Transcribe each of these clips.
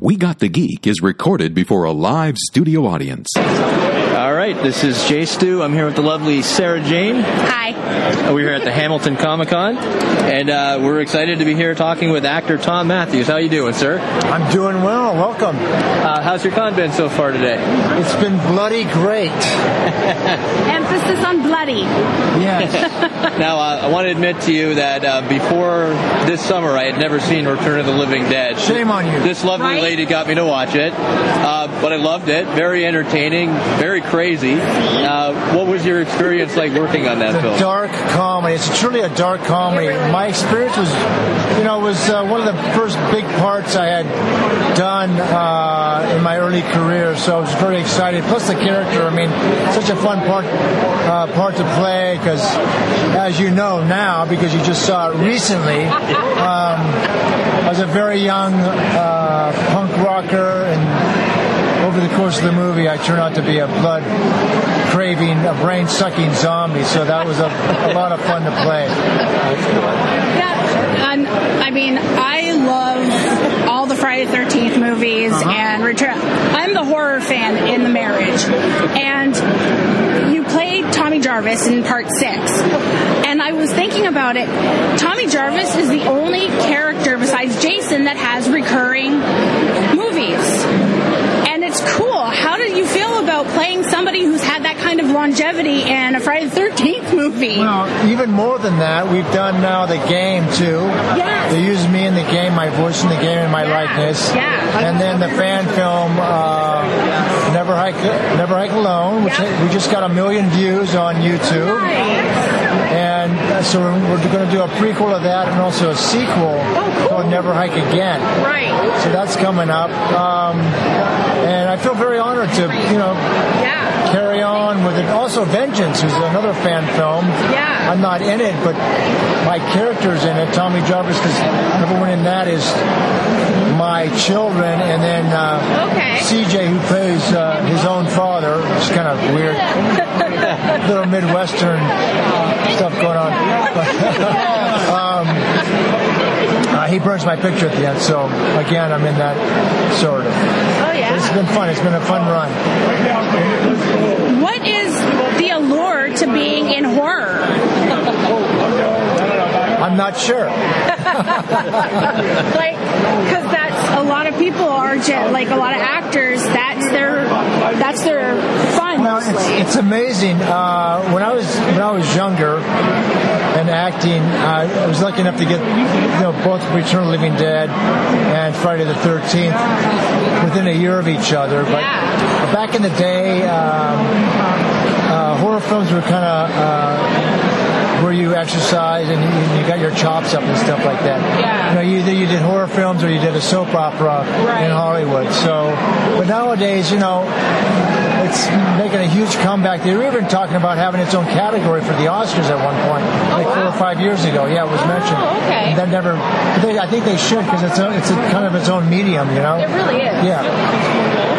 We Got the Geek is recorded before a live studio audience. All right, this is Jay Stu. I'm here with the lovely Sarah Jane. Hi. We're here at the Hamilton Comic Con, and uh, we're excited to be here talking with actor Tom Matthews. How you doing, sir? I'm doing well. Welcome. Uh, how's your con been so far today? It's been bloody great. Emphasis on bloody. Yes. Now, uh, I want to admit to you that uh, before this summer, I had never seen Return of the Living Dead. Shame on you. This lovely Right? lady got me to watch it, uh, but I loved it. Very entertaining, very crazy. Uh, what was your experience like working on that It's a film? dark comedy. It's truly a dark comedy. My experience was, you know, was uh, one of the first big parts I had done uh, in my early career. So I was very excited. Plus the character. I mean, such a fun part uh, part to play because, as you know now, because you just saw it recently. Um, I was a very young uh, punk rocker and over the course of the movie, I turn out to be a blood craving, a brain sucking zombie. So that was a, a lot of fun to play. Yeah, and I mean, I love all the Friday the 13th movies and Return. I'm the horror fan in the marriage. And you played Tommy Jarvis in part six. And I was thinking about it. Tommy Jarvis is the only character besides Jason that has recurring movies. And it's cool. How did you feel about playing somebody who's had that kind of longevity in a Friday the 13th movie? Well, even more than that, we've done now the game too. Yes. They use me in the game, my voice in the game, and my Yeah. likeness. Yeah. And then the fan film, uh, Never Hike, Never Hike Alone, which Yeah. we just got a million views on YouTube. And uh, so we're, we're going to do a prequel of that and also a sequel called Never Hike Again. Right. So that's coming up, um, and I feel very honored to, you know, Yeah. carry on with it. Also, Vengeance is another fan film. Yeah. I'm not in it, but my character's in it. Tommy Jarvis, because everyone in that is my children, and then uh, Okay. CJ, who plays uh, his own father, which is kind of weird, little Midwestern stuff going on. um, uh, he burns my picture at the end, so again, I'm in that sort of. Oh It's yeah. been fun. It's been a fun run. What is the allure to being in horror? I'm not sure. Like, because that's a lot of people are just like a lot of actors. That's their that's their fun Well, it's, mostly. it's amazing. Uh, when I was when I was younger and acting, uh, I was lucky enough to get you know both Return of the Living Dead and Friday the Thirteenth within a year of each other. But Yeah. back in the day, um, uh, horror films were kind of. Uh, where you exercise and you, you got your chops up and stuff like that. Yeah. You know, you either you did horror films or you did a soap opera Right. in Hollywood. So, but nowadays, you know, it's making a huge comeback. They were even talking about having its own category for the Oscars at one point, like four or five years ago. Yeah, it was mentioned. Oh, okay. And that never. but They, I think they should because it's a, it's a kind of its own medium, you know. It really is. Yeah,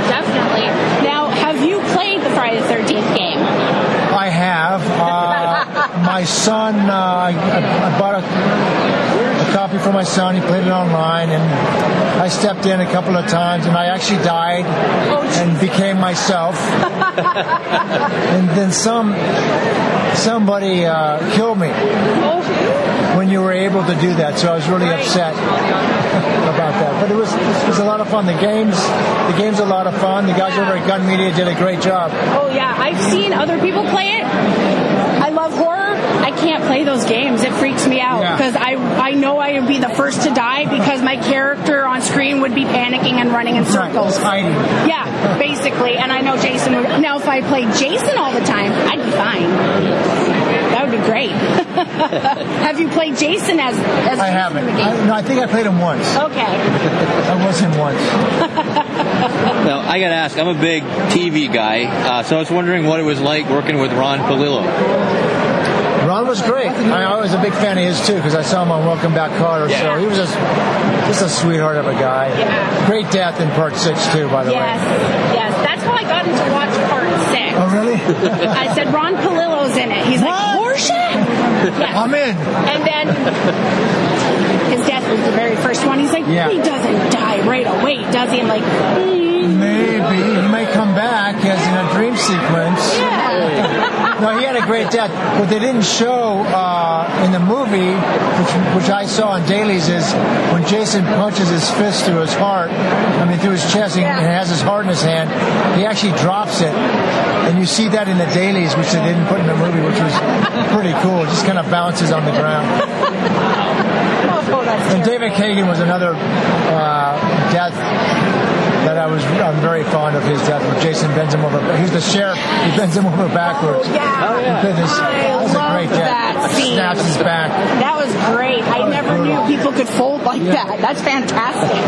Definitely. Now, have you played the Friday the Thirteenth game? I have. Uh, my son, uh, I, I bought a, a copy for my son. He played it online, and I stepped in a couple of times, and I actually died and became myself. and then some, somebody uh, killed me. Oh, when you were able to do that. So I was really upset about that. But it was it was a lot of fun. The games the game's a lot of fun. The guys over at Gun Media did a great job. oh yeah. I've seen other people play it. I love horror. I can't play those games. It freaks me out Yeah. because I I know I would be the first to die because my character on screen would be panicking and running in circles. It's hiding. Yeah, basically. And I know Jason would. Now, if I played Jason all the time, I'd be fine. That would be great. Have you played Jason as, as I Jason haven't. in the game? I, no, I think I played him once. okay. I was him once. Now, I got to ask, I'm a big TV guy, uh, so I was wondering what it was like working with Ron Palillo. Ron was great. I, I was a big fan of his too because I saw him on Welcome Back, Carter. Yeah. So he was just just a sweetheart of a guy. Yeah. Great death in part six too, by the Yes. way. Yes. That's how I got into watch part six. Oh really? I said, Ron Palillo's in it. He's like, What? Rorschach? Yeah. I'm in. And then his death was the very first one. He's like, Yeah. he doesn't die right away, does he? I'm like, mm, Maybe he may come back as in a dream sequence. yeah. No, he had a great death. What they didn't show uh, in the movie, which, which I saw on dailies, is when Jason punches his fist through his heart. I mean, through his chest, and- and has his heart in his hand. He actually drops it, and you see that in the dailies, which they didn't put in the movie, which was pretty cool. It just kind of bounces on the ground. Oh, that's And terrible. David Kagan was another uh, death. That I was, I'm very fond of his death. Where Jason bends him over. He's the sheriff. He bends him over backwards. yeah. Oh, yeah. Goodness. I that was a love great death. that scene. Snaps his back. That was great. I never knew people could fold like that. That's fantastic.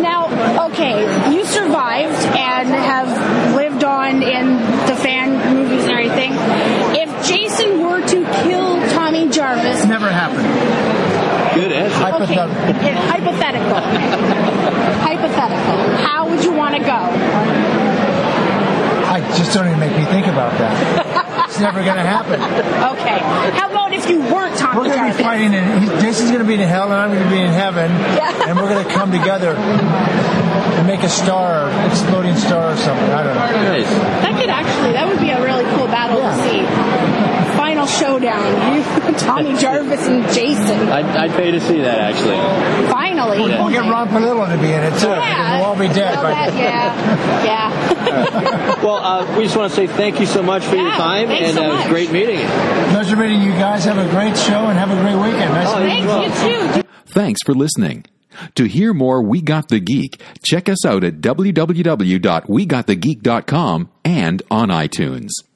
now, okay, you survived and have lived on in the fan movies and everything. If Jason were to kill Tommy Jarvis, It's never happened. Good answer. okay, Hypothetical. if- hypothetical, hypothetical, how would you want to go? I just don't even make me think about that. It's never going to happen. Okay, how about if you weren't Tommy We're going to Jarvis? be fighting, and he, Jason's going to be in hell, and I'm going to be in heaven, Yeah. and we're going to come together and make a star, exploding star or something. I don't know. Nice. That could actually, that would be a really cool battle Yeah. to see. Final showdown, you, Tommy Jarvis and Jason. I'd, I'd pay to see that actually. Finally, We'll get Ron Palillo to be in it too. Yeah, We'll all be dead. Well, by that- yeah, then. yeah. Well, uh, we just want to say thank you so much for your Yeah, time, thanks and so uh, it was much. great meeting you. Pleasure meeting you guys. Have a great show and have a great weekend. Nice Oh, to meet yeah. you. Thanks, you too. Thanks for listening. To hear more We Got the Geek, check us out at www.wegotthegeek.com and on iTunes.